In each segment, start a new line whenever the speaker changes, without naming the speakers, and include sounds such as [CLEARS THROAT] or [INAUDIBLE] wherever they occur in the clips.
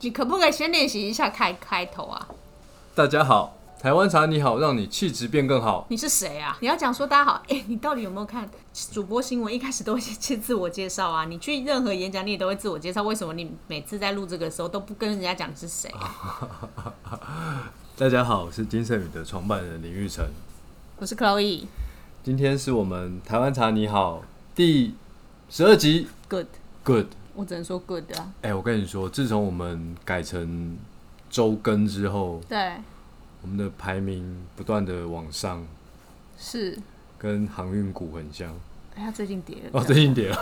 你可不可以先练习一下开开头啊？
大家好，台湾茶你好，让你气质变更好。
你是谁啊？你要讲说大家好， [LAUGHS] 哎、你到底有没有看主播新闻？一开始都会先自我介绍啊，你去任何演讲你也都会自我介绍，为什么你每次在录这个的时候都不跟人家讲你是谁？
大家好，我是金盛宇的创办人林玉成，
我是 Chloe。
今天是我们台湾茶你好第十二集。
Good，
Good，
我只能说 Good 啊。
哎、我跟你说，自从我们改成周更之后，
对，
我们的排名不断的往上，
是。
跟航运股很像。
哎，他最近跌了，
哦，最近跌了，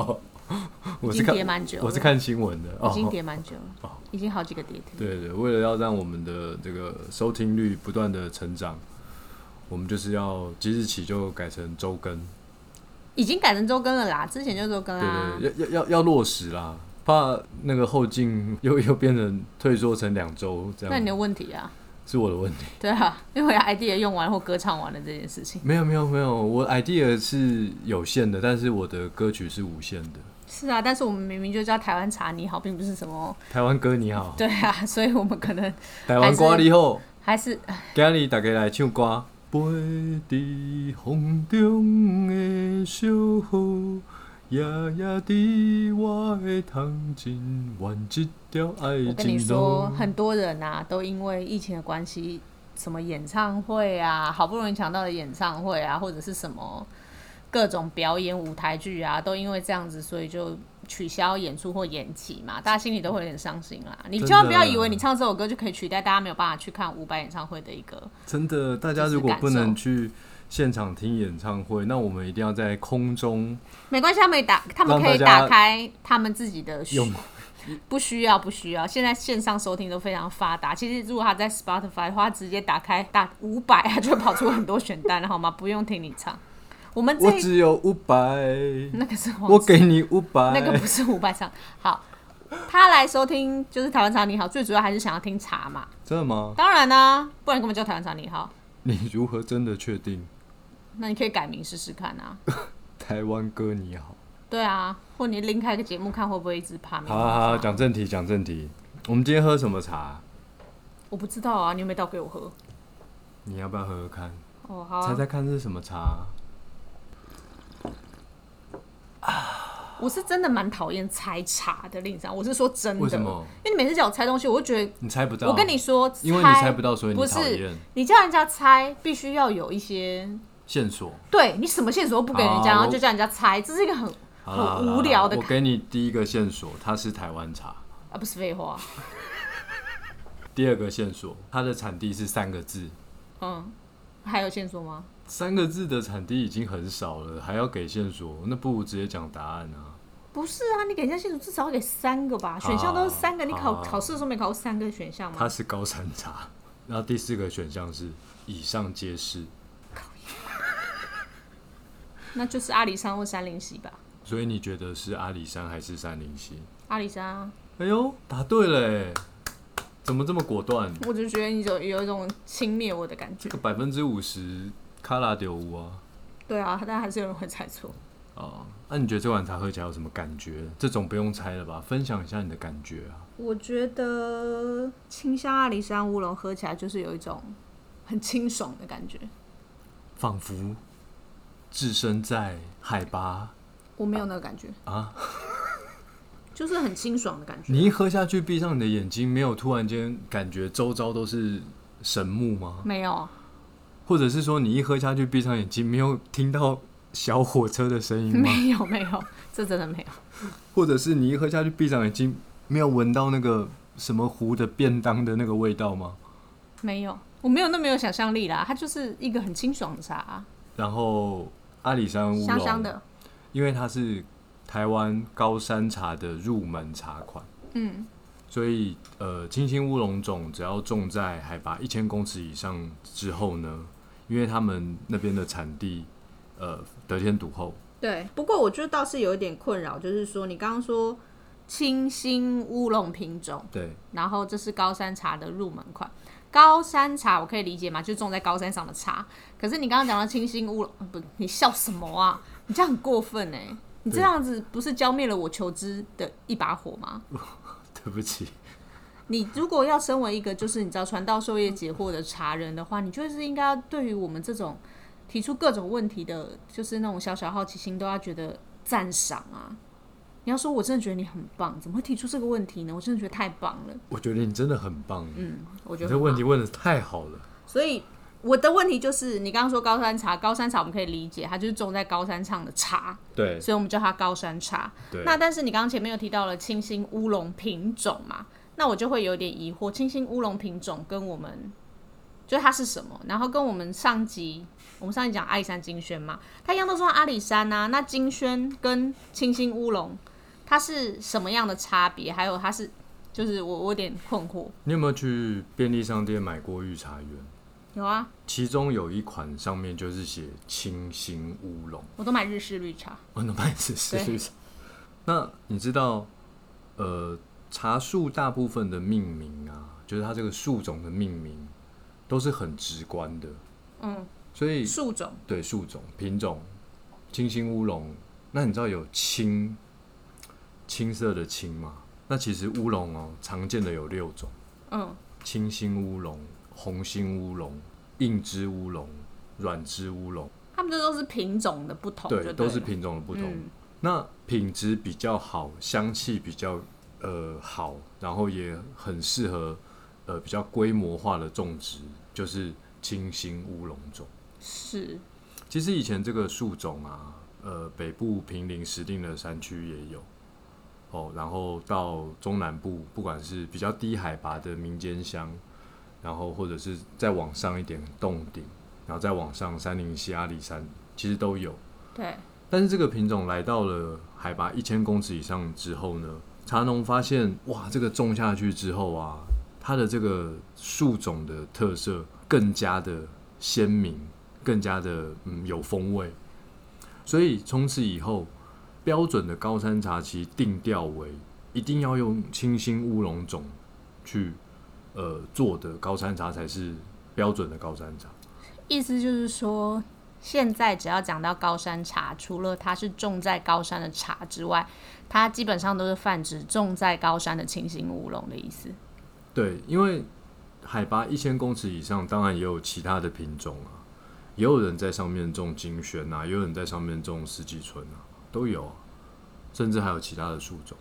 [LAUGHS] 我
已
是
经
看
跌蛮久了，
我是看新闻的。
已经
哦，
跌蛮久了，已经好几个跌停。
对对，为了要让我们的这个收听率不断的成长，我们就是要即日起就改成周更，
已经改成周更了啦，之前就周更啊
对
啦。
对对，要要要要落实啦，怕那个后劲又又变成退缩成两周这
那你
样，
的问题啊？
是我的问题。
对啊，因为 idea 用完或歌唱完了这件事情。
没有没有没有，我 idea 是有限的，但是我的歌曲是无限的。
是啊，但是我们明明就叫台湾茶你好，并不是什么 [LAUGHS]
台湾歌你好，
对啊，所以我们可能
台湾歌你好，
还
[LAUGHS]
是
今日大家来唱歌。飞伫风中的小雨，夜夜伫我的窗前，弯一条爱
我跟你
情
说
路，。
很多人啊都因为疫情的关系，什么演唱会啊，好不容易抢到的演唱会啊，或者是什么各种表演舞台剧啊，都因为这样子，所以就取消演出或延期嘛，大家心里都会有点伤心啦。你
真
千万不
的
要以为你唱这首歌就可以取代大家没有办法去看伍佰演唱会的一个
真的，大家
就是
如果
感
不能
受
去现场听演唱会，那我们一定要在空中
没关系，他们也打，他们
让
可以
大家
打开他们自己的需
用。
不需要，不需要。现在线上收听都非常发达。其实如果他在 Spotify 的话，他直接打开打五百，他就会跑出很多选单，好吗？不用听你唱。我们这
我
一
只有五百，
那个是黄
我给你五百。
那个不是五百唱。好，他来收听就是台湾茶你好，最主要还是想要听茶嘛。
[LAUGHS] 真的吗？
当然呢、不然根本叫台湾茶你好。
你如何真的确定
那你可以改名试试看啊。
台湾歌你好？
对啊，或你另开一个节目看会不会一直爬名
好好好，讲正题，讲正题。我们今天喝什么茶？
我不知道啊，你有没有倒给我喝？
你要不要喝喝看？
哦，好啊、
猜猜看是什么茶？
我是真的蛮讨厌猜茶的，令上，我是说真的。
为什么？
因为你每次叫我猜东西，我就觉得，
你猜不到。
我跟你，说，
因为你猜不到，所以
不
你
是
讨厌
你叫人家猜，必须要有一些，
线索。
对你什么线索都不给人家，
好
然后就叫人家猜，这是一个很
好啦
很无聊的
好啦我给你第一个线索，它是台湾茶。
啊，不是废话，
第二个线索，它的产地是三个字，
嗯，还有线索吗？
三个字的产地已经很少了，还要给线索，那不如直接讲答案啊。
不是啊，你给人家线索至少要给三个吧，选项都是三个，你考
好
考试的时候没考过三个选项吗
它？是高山茶。然后第四个选项是以上皆是，
那就是阿里山或山林溪吧，
所以你觉得是阿里山还是山林溪？
阿里山啊，
哎呦，答对了耶，怎么这么果断？
我就觉得你有有一种轻蔑我的感觉
这，个百分之五十卡拉丢乌啊！
对啊，但还是有人会猜错。
啊，那、你觉得这碗茶喝起来有什么感觉？这种不用猜了吧？分享一下你的感觉啊！
我觉得清香阿里山乌龙喝起来就是有一种很清爽的感觉。
仿佛置身在海拔
我没有那个感觉
啊，
[LAUGHS] 就是很清爽的感觉。
你一喝下去，闭上你的眼睛，没有突然间感觉周遭都是神木吗？
没有？
或者是说，你一喝下去，闭上眼睛，没有听到小火车的声音
[LAUGHS]
吗？[LAUGHS]
没有，没有，这真的没有。
或者是你一喝下去，闭上眼睛，没有闻到那个什么糊的便当的那个味道吗？
没有，我没有那么有想象力啦。它就是一个很清爽的茶啊、
然后阿里山乌龙，
香香的。
因为它是台湾高山茶的入门茶款，
嗯，
所以呃，清新乌龙种只要种在海拔一千公尺以上之后呢，因为他们那边的产地呃得天独厚，
对。不过我就倒是有一点困扰，就是说你刚刚说清新乌龙品种，
对，
然后这是高山茶的入门款。高山茶我可以理解嘛，就种在高山上的茶。可是你刚刚讲到清新乌龙，呃不，你笑什么啊？你这样欸很过分哎、你这样子不是浇灭了我求知的一把火吗？
对不起，
你如果要身为一个就是你知道传道授业解惑的茶人的话，你就是应该要对于我们这种提出各种问题的，就是那种小小好奇心，都要觉得赞赏啊。你要说我真的觉得你很棒，怎么会提出这个问题呢？我真的觉得太棒了。
我觉得你真的很棒，
嗯，我觉
你
得
这
很
问
棒
题问的太好了。
所以我的问题就是，你刚刚说高山茶，高山茶我们可以理解，它就是种在高山上的茶，
对
所以我们叫它高山茶。
对，
那但是你刚刚前面又提到了清新乌龙品种嘛，那我就会有点疑惑，清新乌龙品种跟我们就它是什么？然后跟我们上集我们上集讲阿里山金萱嘛，它一样都是阿里山啊，那金萱跟清新乌龙它是什么样的差别？还有它是就是我我有点困惑。
你有没有去便利商店买过御茶园？
有啊，
其中有一款上面就是写清新乌龙，
我都买日式绿茶，
我能卖是是
对
绿茶。那你知道，呃，茶树大部分的命名啊，就是它这个树种的命名，都是很直观的。
嗯，
所以
树种。
对树种、品种，清新乌龙。那你知道有青青色的青吗？那其实乌龙哦，常见的有六种：
嗯，
清新乌龙、红心乌龙、硬枝乌龙、软枝乌龙，
他们这都是品种的不同，就
对，
对
都是
了
品种的不同。
嗯
那品质比较好，香气比较呃好，然后也很适合呃比较规模化的种植，就是清新乌龙种。
是，
其实以前这个树种啊，呃，北部平林石碇的山区也有哦，然后到中南部，不管是比较低海拔的民间乡，然后或者是再往上一点洞顶，然后再往上山林溪、阿里山，其实都有。
对，
但是这个品种来到了海拔一千公尺以上之后呢，茶农发现哇，这个种下去之后啊，它的这个树种的特色更加的鲜明，更加的嗯有风味，所以从此以后，标准的高山茶其实定调为一定要用清新乌龙种去呃做的高山茶才是标准的高山茶。
意思就是说，现在只要讲到高山茶，除了它是种在高山的茶之外，它基本上都是泛指种在高山的清新乌龙的意思。
对，因为海拔一千公尺以上，当然也有其他的品种啊，也有人在上面种金萱啊，也有人在上面种四季春啊，都有、啊，甚至还有其他的树种。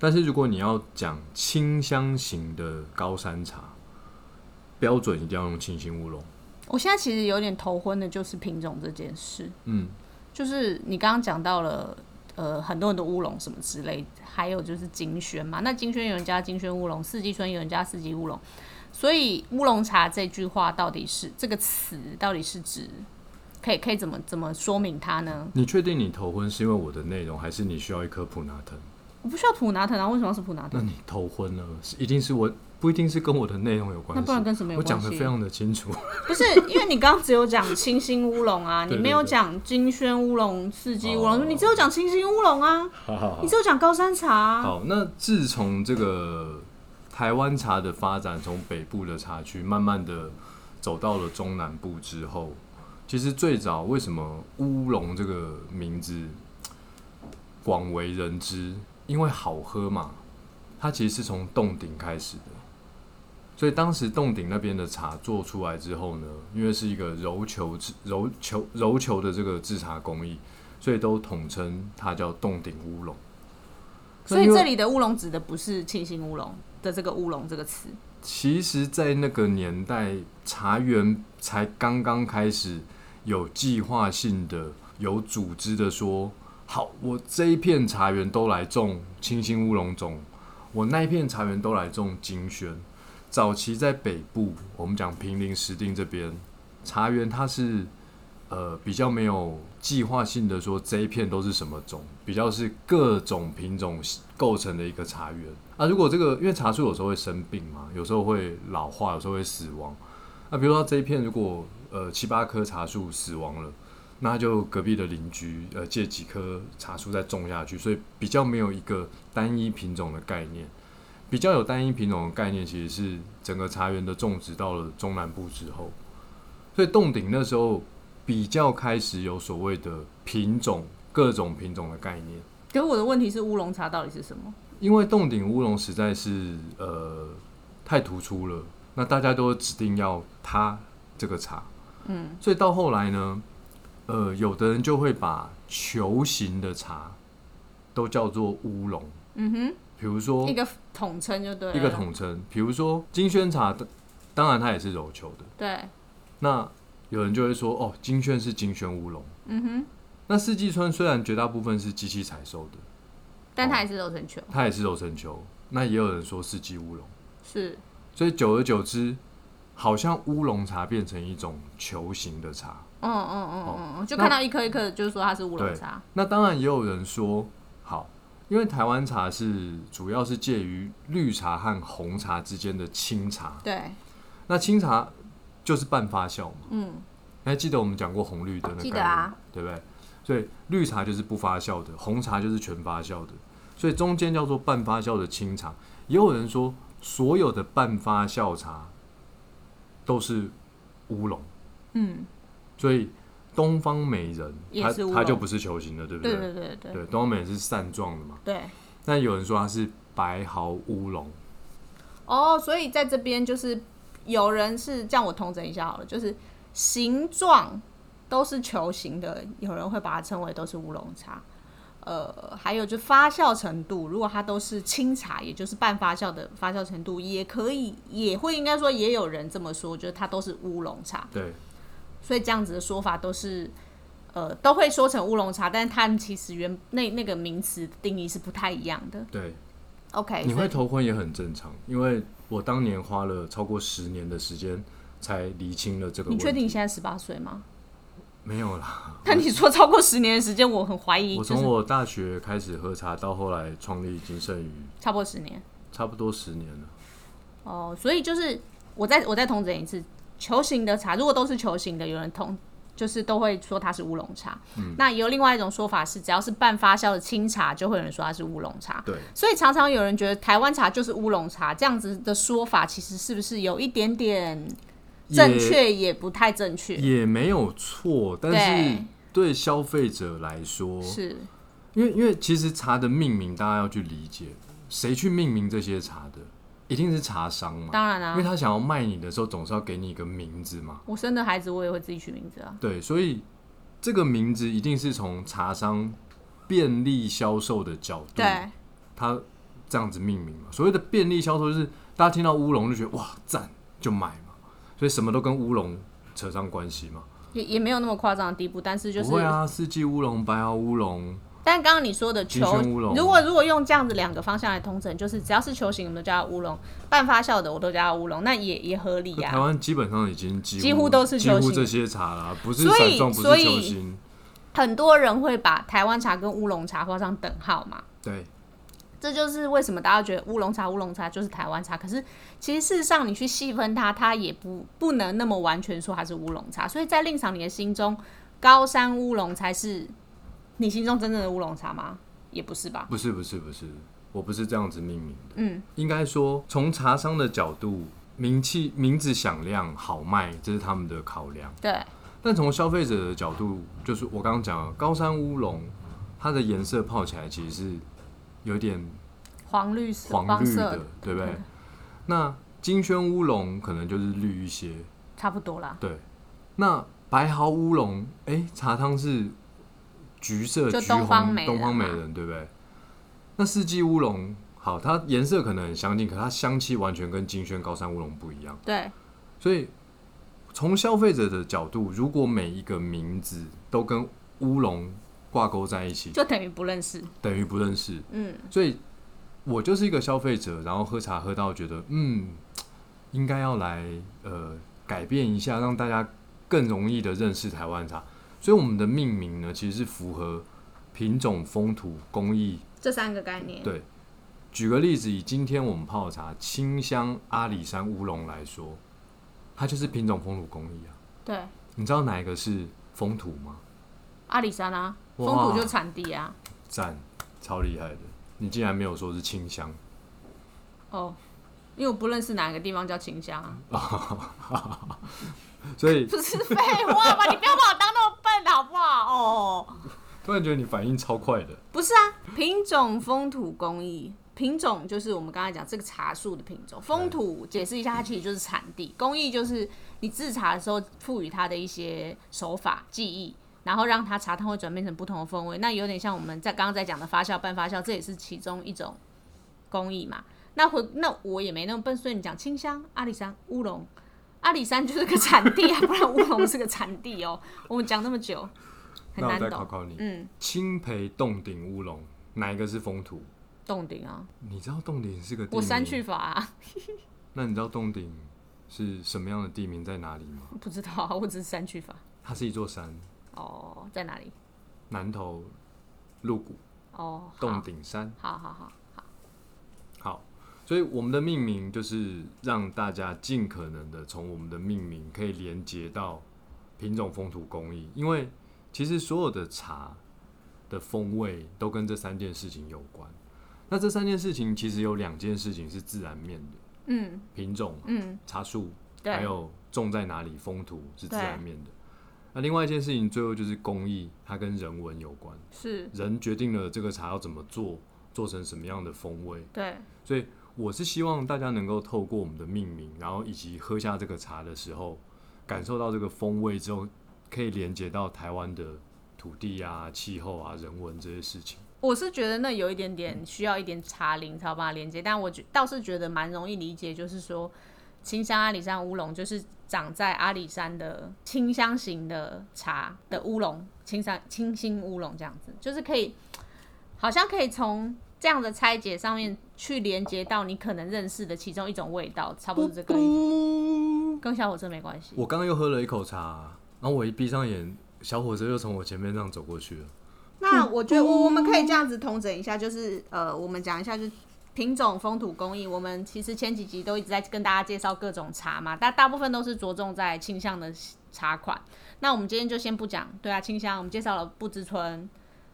但是如果你要讲清香型的高山茶，标准一定要用清新乌龙。
我现在其实有点头昏的，就是品种这件事。
嗯，
就是你刚刚讲到了，呃，很多很多乌龙什么之类，还有就是金萱嘛。那金萱有人家金萱乌龙，四季春有人家四季乌龙，所以乌龙茶这句话到底是这个词到底是指，可以可以怎么怎么说明它呢？
你确定你头昏是因为我的内容，还是你需要一颗普拿疼？
我不需要普拿藤啊，为什么要是普拿
那
藤？
你头昏了，是一定是我不一定是跟我的内容有关系。
那不然跟什么有
我讲
关
的
系？
非常的清楚。 [LAUGHS]
不是，因为你刚刚只有讲清新乌龙啊，你
对对
没有讲金萱乌龙、四季乌
哦
龙，你只有讲清新乌龙啊，
好好好
你只有讲高山茶啊、
好，那自从这个台湾茶的发展，从北部的茶区慢慢的走到了中南部之后，其实最早为什么乌龙这个名字广为人知？因为好喝嘛，它其实是从洞顶开始的。所以当时洞顶那边的茶做出来之后呢，因为是一个揉球制揉球揉球的这个制茶工艺，所以都统称它叫洞顶乌龙。
所以
那因为
这里的乌龙指的不是清新乌龙的这个乌龙这个词，
其实，在那个年代，茶园才刚刚开始有计划性的、有组织的说：好，我这一片茶园都来种清新乌龙种，我那一片茶园都来种金萱。早期在北部，我们讲平林、石碇这边，茶园它是呃比较没有计划性的说这一片都是什么种，比较是各种品种构成的一个茶园啊。如果这个因为茶树有时候会生病嘛，有时候会老化，有时候会死亡。那比如说这一片如果呃七八棵茶树死亡了，那就隔壁的邻居呃借几棵茶树再种下去，所以比较没有一个单一品种的概念。比较有单一品种的概念，其实是整个茶园的种植到了中南部之后，所以洞顶那时候比较开始有所谓的品种各种品种的概念。
可是我的问题是乌龙茶到底是什么？
因为洞顶乌龙实在是呃太突出了，那大家都指定要它这个茶，
嗯，
所以到后来呢，呃，有的人就会把球形的茶都叫做乌龙，
嗯哼，
比如说
一个统称就对了，
一个统称，比如说金萱茶，当当然它也是揉球的，
对，
那有人就会说哦，金萱是金萱乌龙，
嗯哼，
那四季春虽然绝大部分是机器采收的，
但它也是柔成球，
它也是揉成球，那也有人说四季乌龙。
是
所以久而久之，好像乌龙茶变成一种球形的茶。
嗯嗯嗯嗯嗯，就
那
看到一颗一颗的，就是说它是乌龙
对
茶，
那当然也有人说，好，因为台湾茶是主要是介于绿茶和红茶之间的清茶。
对，
那清茶就是半发酵嘛，
嗯，
你还记得我们讲过红绿灯的概
记
念，
得啊
对不对？所以绿茶就是不发酵的，红茶就是全发酵的，所以中间叫做半发酵的清茶。也有人说，所有的半发酵茶都是乌龙。
嗯，
所以东方美人
也
它
是乌
它就
龙
不是球形的，对不
对
对
对对对
东方美人是扇状的嘛。
对。
那有人说它是白毫乌龙，
哦，所以在这边就是有人是这样，我统整一下好了，就是形状都是球形的，有人会把它称为都是乌龙茶。呃，还有就发酵程度，如果它都是清茶，也就是半发酵的发酵程度，也可以，也会应该说也有人这么说，就是它都是乌龙茶，
对，
所以这样子的说法都是。呃，都会说成乌龙茶，但是它们其实原那那个名词定义是不太一样的。
对，
OK，
你
所以
会头昏也很正常，因为我当年花了超过十年的时间才厘清了这个
你
问
确
题。
定你现在十八岁吗？
没有啦，
[LAUGHS] 但你说超过十年的时间，我很怀疑，
我
就是
从我大学开始喝茶到后来创立金圣宇，
差不多十年
差不多十年了。
哦，所以就是我再我再统整一次，球形的茶如果都是球形的，有人通就是都会说它是乌龙茶。
嗯
那有另外一种说法是，只要是半发酵的清茶，就会有人说它是乌龙茶。
对，
所以常常有人觉得台湾茶就是乌龙茶，这样子的说法其实是不是有一点点正确，也不太正确？
也没有错，但是对消费者来说，
是，
因为因为其实茶的命名，大家要去理解，谁去命名这些茶的，一定是茶商嘛。
当然啦、
因为他想要卖你的时候，总是要给你一个名字嘛。
我生的孩子我也会自己取名字啊。
对，所以这个名字一定是从茶商便利销售的角度，
对，
他这样子命名嘛。所谓的便利销售，就是大家听到乌龙就觉得哇赞，就买嘛。所以什么都跟乌龙扯上关系嘛。
也也没有那么夸张的地步，但是就是
不会啊，四季乌龙、白毫乌龙，
但刚刚你说的球
金萱乌，龙
如果如果用这样子两个方向来通整，就是只要是球形，我们都叫它乌龙；半发酵的，我都叫它乌龙，那也也合理
台
呀、
湾基本上已经几乎
几乎都是
几
球
乎
形
这些茶啦，不是
所以
散状，不
所
是
以
球形，
很多人会把台湾茶跟乌龙茶画上等号嘛，
对，
这就是为什么大家觉得乌龙茶乌龙茶就是台湾茶。可是其实事实上，你去细分它，它也不不能那么完全说它是乌龙茶。所以在令赏你的心中，高山乌龙才是你心中真正的乌龙茶吗？也不是吧。
不是不是不是，我不是这样子命名的，
嗯，
应该说从茶商的角度，名气名字响亮好卖，这是他们的考量。
对，
但从消费者的角度，就是我刚刚讲的高山乌龙，它的颜色泡起来其实是有点
黄绿色、
黄
黄
绿
色
的，对不对？那金萱乌龙可能就是绿一些，
差不多啦。
对，那白毫乌龙，哎、茶汤是橘色，
就
橘
东方
红
美
东
人
方美
嘛
人，对不对？那四季乌龙，好，它颜色可能很相近，可它香气完全跟金萱高山乌龙不一样。
对，
所以从消费者的角度，如果每一个名字都跟乌龙挂钩在一起，
就等于不认识。
等于不认识。
嗯，
所以我就是一个消费者，然后喝茶喝到觉得，嗯，应该要来呃改变一下，让大家更容易的认识台湾茶。所以我们的命名呢，其实是符合品种、风土、工艺。
这三个概念。
对举个例子，以今天我们泡的茶清香阿里山乌龙来说，它就是品种、风土、工艺啊。
对，
你知道哪一个是风土吗？
阿里山啊，风
哇
土就产地啊。
赞，超厉害的！你竟然没有说是清香，
哦，因为我不认识哪个地方叫清香啊。
所以
[LAUGHS] 不是废话吧？你不要把我当那么笨好不好？哦，
突然觉得你反应超快的。
不是啊，品种、风土、工艺。品种就是我们刚才讲这个茶树的品种，风土解释一下，它其实就是产地，工艺就是你制茶的时候赋予它的一些手法、技艺，然后让它茶汤会转变成不同的风味。那有点像我们在刚刚在讲的发酵、半发酵，这也是其中一种工艺嘛。那回那我也没那么笨，所以你讲清香、阿里山、乌龙，阿里山就是个产地啊，不然乌龙是个产地哦。我们讲那么久，很
那我
难
再考
懂。
考你，
嗯，
青培洞顶乌龙哪一个是风土？
洞顶啊，
你知道洞顶是个地
我
名？
删去法、啊、
那你知道洞顶是什么样的地名在哪里吗？
不知道啊，我只是删去法。
它是一座山，
哦，在哪里？
南头鹿谷
哦，好
洞顶山。
好好好，
好，所以我们的命名就是让大家尽可能的从我们的命名可以连接到品种、风土、工艺，因为其实所有的茶的风味都跟这三件事情有关。那这三件事情其实有两件事情是自然面的，
嗯
品种、
嗯，
茶树，
对
还有种在哪里、风土是自然面的。那另外一件事情，最后就是工艺，它跟人文有关，
是，
人决定了这个茶要怎么做，做成什么样的风味。
对，
所以我是希望大家能够透过我们的命名，然后以及喝下这个茶的时候，感受到这个风味之后，可以连接到台湾的土地啊、气候啊、人文这些事情。
我是觉得那有一点点需要一点茶龄才有办法连接，但我觉倒是觉得蛮容易理解，就是说清香阿里山乌龙就是长在阿里山的清香型的茶的乌龙，清香清新乌龙这样子，就是可以好像可以从这样的拆解上面去连接到你可能认识的其中一种味道，差不多是这个意思，跟小火车没关系。
我刚刚又喝了一口茶，然后我一闭上眼，小火车就从我前面这样走过去了。
那我觉得我我们可以这样子统整一下，就是呃，我们讲一下就是品种、风土、工艺。我们其实前几集都一直在跟大家介绍各种茶嘛，但大部分都是着重在清香的茶款。那我们今天就先不讲，对啊，清香我们介绍了不知春、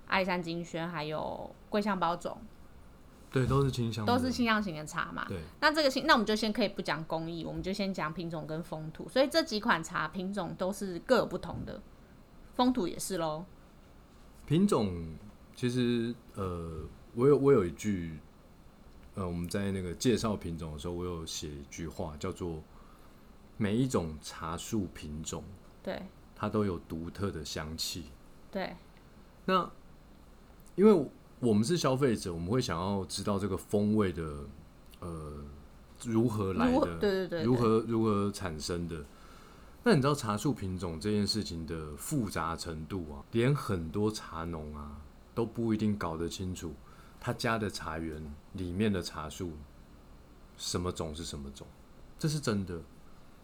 爱山金萱，还有桂香包种，
对，都是清香的，
都是清香型的茶嘛。
对，
那这个新，那我们就先可以不讲工艺，我们就先讲品种跟风土。所以这几款茶品种都是各有不同的，风土也是喽。
品种其实呃，我有我有一句，呃，我们在那个介绍品种的时候，我有写一句话，叫做每一种茶树品种，
对
它都有独特的香气。
对，
那因为我们是消费者，我们会想要知道这个风味的呃如何来
如
的
何，对对对对
如何如何产生的。那你知道茶树品种这件事情的复杂程度啊，连很多茶农啊都不一定搞得清楚，他家的茶园里面的茶树什么种是什么种，这是真的。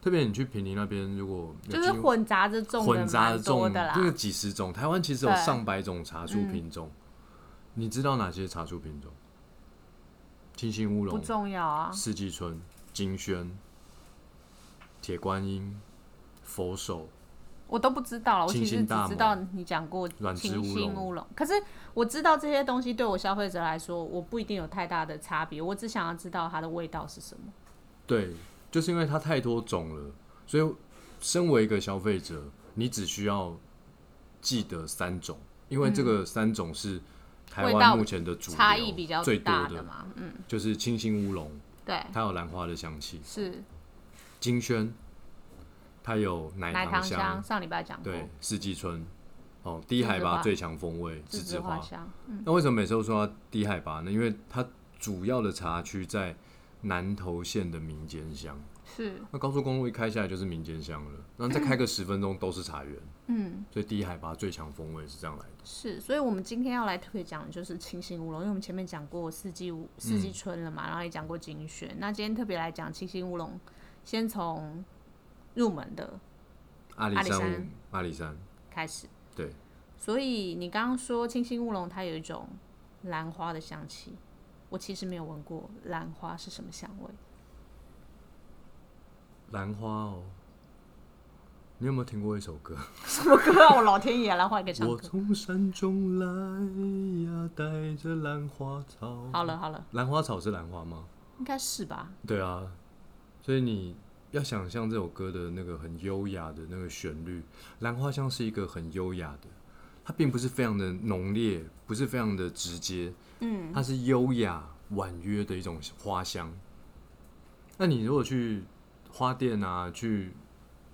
特别你去平林那边，如果有
就是
机会
混杂着种的
混杂着
蛮多
种
的啦
这。个几十种，台湾其实有
对嗯
上百种茶树品种。你知道哪些茶树品种？清新乌
不
龙、
重要啊，
四季春、金萱、铁观音、佛手。
我都不知道了。我其
清
实
新大
只
盟
知道你讲过
软枝
清
乌
新
龙
乌龙，可是我知道这些东西对我消费者来说，我不一定有太大的差别。我只想要知道它的味道是什么。
对，就是因为它太多种了，所以身为一个消费者，你只需要记得三种，因为这个三种是台
嗯味道
湾目前的主流
差异比较
最多
大
的，
嘛，嗯，
就是清新乌龙，
对，
它有兰花的香气。
是
金萱，它有奶
奶糖
香，
香，上礼拜讲过，
对，四季春，哦，低海
栀子
拔
花
最强风味，栀
栀
子
子
花。
香，
那为什么每次都说它低海拔呢？因为它主要的茶区在南投县的民间乡，
是，
那高速公路一开下来就是民间乡了，然后再开个十分钟都是茶园，
[CLEARS THROAT] 嗯，
所以低海拔最强风味是这样来的。
是。所以我们今天要来推讲的就是清新乌龙，因为我们前面讲过四季乌四
嗯
季春了嘛，然后也讲过精选，那今天特别来讲清新乌龙，先从入门的
阿里
阿里
山
山
五，阿里山，
开始。
对，
所以你刚刚说清新乌龙，它有一种兰花的香气，我其实没有闻过兰花是什么香味。 [LAUGHS]
兰花哦。你有没有听过一首歌？
什么歌啊？我老天爷，兰花也可以唱
我
歌。
从山中来呀，带着兰花草。
好了好了，
兰花草是兰花吗？
应该是吧？
对啊，所以你要想象这首歌的那个很优雅的那个旋律，兰花香是一个很优雅的，它并不是非常的浓烈，不是非常的直接，
嗯，
它是优雅婉约的一种花香。那你如果去花店啊，去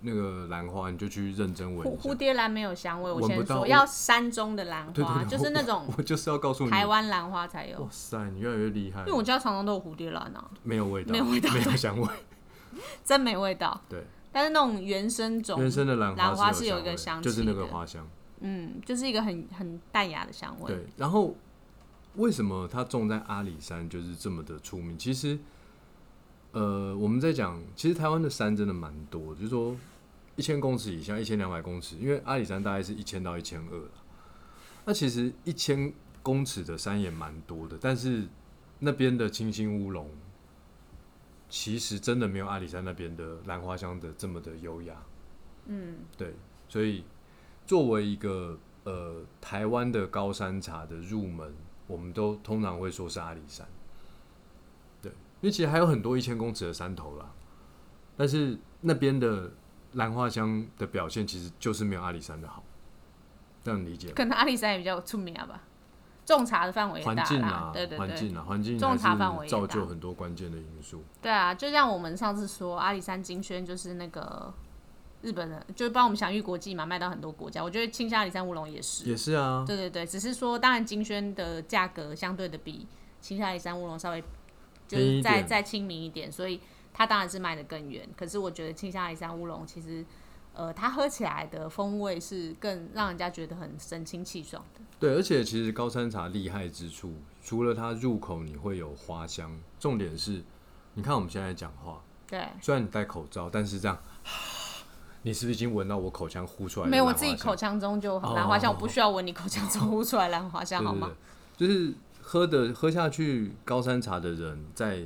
那个兰花，你就去认真闻
蝴
一下
蝴。蝶兰没有香味，我
闻不
先
到
说
我
要山中的兰
对
花，
对对，
就是那
我
种
[LAUGHS] 我我就是要告诉你，啊
台湾兰花才有
哇。塞，你越来越厉害
因为，我家常常都有蝴蝶兰
[LAUGHS]
啊，
没有味道，
没有味道
没有
[LAUGHS]
香味。
真没味道。
对，
但是那种原生种，
原生的兰
兰花
是
是有一个
味
香
就是
气
那个
的
花香。
嗯，就是一个很很淡雅的香味。
对，然后为什么它种在阿里山就是这么的出名？其实，呃，我们在讲，其实台湾的山真的蛮多，就是说一千公尺以下，一千两百公尺，因为阿里山大概是一千到一千二那其实一千公尺的山也蛮多的，但是那边的清新乌龙，其实真的没有阿里山那边的兰花香的这么的优雅。
嗯，
对，所以作为一个呃台湾的高山茶的入门，我们都通常会说是阿里山。对，因为其实还有很多一千公尺的山头啦，但是那边的兰花香的表现其实就是没有阿里山的好，这样理解吗？
可能阿里山也比较出名啊吧，种茶的范围也
环
大
境
啦
啊，，
对对
环
对，
境啊，环境
种茶范
还
围
是
也
造
大
就很多关键的因素。
对啊，就像我们上次说，阿里山金萱就是那个日本人，就是帮我们享誉国际嘛，卖到很多国家。我觉得清香阿里山乌龙也是，
也是啊，
对对对，只是说当然金萱的价格相对的比清香阿里山乌龙稍微就
便宜
是
一
再
点
再亲民一点，所以它当然是卖的更远。可是我觉得清香阿里山乌龙其实。呃，它喝起来的风味是更让人家觉得很神清气爽的。
对，而且其实高山茶厉害之处，除了它入口你会有花香，重点是，你看我们现在讲话，
对，
虽然你戴口罩，但是这样，你是不是已经闻到我口腔呼出来的
没有，我
兰花
自己
香
口腔中就
哦
兰花香，
哦
我不需要闻你口腔中呼出来兰花香，
对
好
对
吗？
对，就是喝的喝下去高山茶的人，在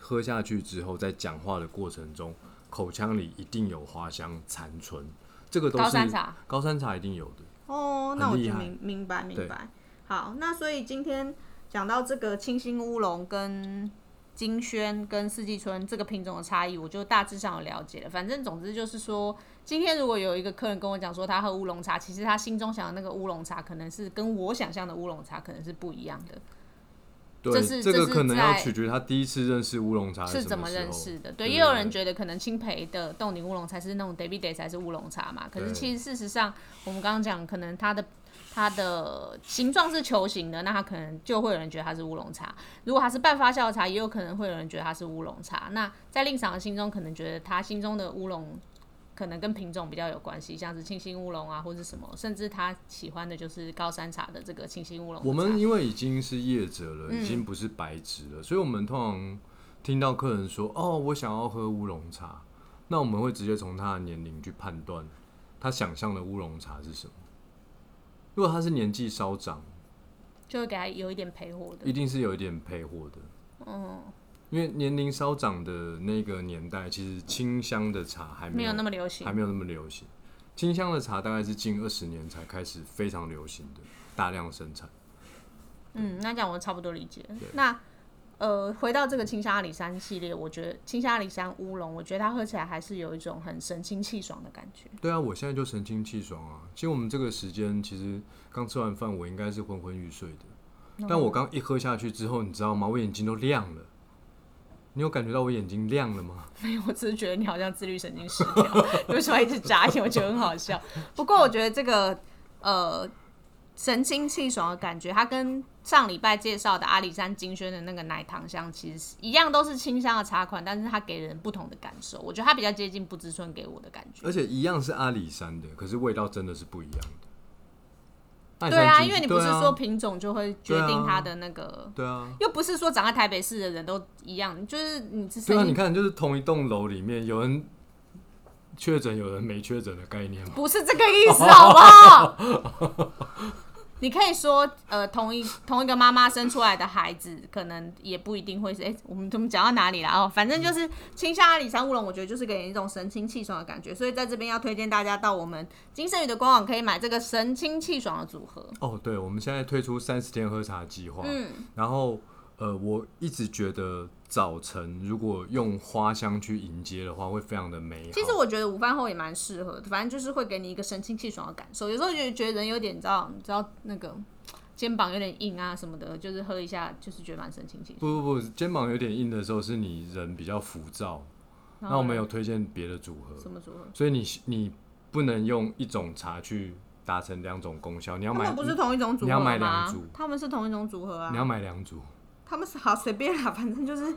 喝下去之后，在讲话的过程中，口腔里一定有花香残存，这个都是
高山茶，
高山茶一定有的。
哦
很，
那我
厉
就
害
明明白
对
明白。好，那所以今天讲到这个清新乌龙跟金萱跟四季春这个品种的差异，我就大致上有了解了。反正总之就是说，今天如果有一个客人跟我讲说他喝乌龙茶，其实他心中想的那个乌龙茶，可能是跟我想象的乌龙茶可能是不一样的。
对，
这是
这个
这是
可能要
在
取决他第一次认识乌龙茶
是
什
怎么
时候
认识的？
对
对，
对
也有
对
人觉得可能青培的冻顶乌龙才是那种 David Day 才是乌龙茶嘛。可是
对
其实事实上，我们刚刚讲，可能它的它的形状是球形的，那它可能就会有人觉得它是乌龙茶。如果它是半发酵的茶，也有可能会有人觉得它是乌龙茶。那在令赏的心中，可能觉得他心中的乌龙。可能跟品种比较有关系，像是清新乌龙啊，或是什么，甚至他喜欢的就是高山茶的这个清新乌龙茶。
我们因为已经是业者了，
嗯
已经不是白纸了，所以我们通常听到客人说：“哦，我想要喝乌龙茶。”那我们会直接从他的年龄去判断他想象的乌龙茶是什么。如果他是年纪稍长，
就会给他有一点陪护的，
一定是有一点配货的，
嗯，
因为年龄稍长的那个年代，其实清香的茶还
没
没
有
有
那么流行
还。没有那么流行。清香的茶大概是近二十年才开始非常流行的，大量生产。
嗯，那这样我差不多理解了。那呃，回到这个清香阿里山系列，我觉得清香阿里山乌龙，我觉得它喝起来还是有一种很神清气爽的感觉。 [LAUGHS]
对啊，我现在就神清气爽啊。其实我们这个时间，其实刚吃完饭，我应该是昏昏欲睡的。但我刚一喝下去之后，你知道吗？我眼睛都亮了。你有感觉到我眼睛亮了吗？
没有，我只是觉得你好像自律神经失调， [LAUGHS] 为什么一直眨眼？我觉得很好笑。不过我觉得这个呃神清气爽的感觉，它跟上礼拜介绍的阿里山金萱的那个奶糖香其实是一样，都是清香的茶款，但是它给人不同的感受。我觉得它比较接近不知春给我的感觉。
而且一样是阿里山的，可是味道真的是不一样的。阿里
对
山
啊，
金
因为你不是
对啊啊
说品种就会决定它的那个
对啊，
又不是说长在台北市的人都一样，就是你只是
对啊，你看，就是同一栋楼里面有人确诊，有人没确诊的概念嘛。
不是这个意
[LAUGHS]
思，好不好？ [LAUGHS] 你可以说，呃，同一同一个妈妈生出来的孩子，可能也不一定会是。哎、我们怎么讲到哪里了？哦，反正
嗯
就是清香阿里山乌龙，我觉得就是给人一种神清气爽的感觉。所以在这边要推荐大家到我们金圣宇的官网可以买这个神清气爽的组合。
哦，对，我们现在推出三十天喝茶计划，
嗯
然后呃，我一直觉得早晨如果用花香去迎接的话，会非常的美好。
其实我觉得午饭后也蛮啊适合的，反正就是会给你一个神清气爽的感受。有时候就觉得人有点，你知道，你知道那个肩膀有点硬啊什么的，就是喝一下，就是觉得蛮神清气爽。
不不不，肩膀有点硬的时候是你人比较浮躁，
然
那
后
我们有推荐别的组合，
什么组合？
所以你你不能用一种茶去达成两种功效，你要
他
买
们不是同一种组
你
合
要买
吗
两组？
他们是同一种组合
你
啊。
要买两组，
他们是好随便啦， [LAUGHS] 反正就是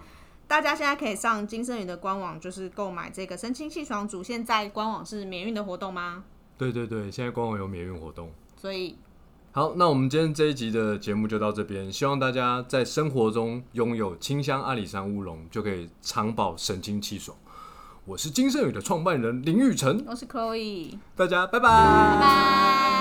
大家现在可以上金圣宇的官网，就是购买这个神清气爽组。现在官网是免运的活动吗？
对对对，现在官网有免运活动。
所以
好，那我们今天这一集的节目就到这边，希望大家在生活中拥有清香阿里山乌龙，就可以长保神清气爽。我是金圣宇的创办人林玉成，
我是 Chloe，
大家拜拜
拜。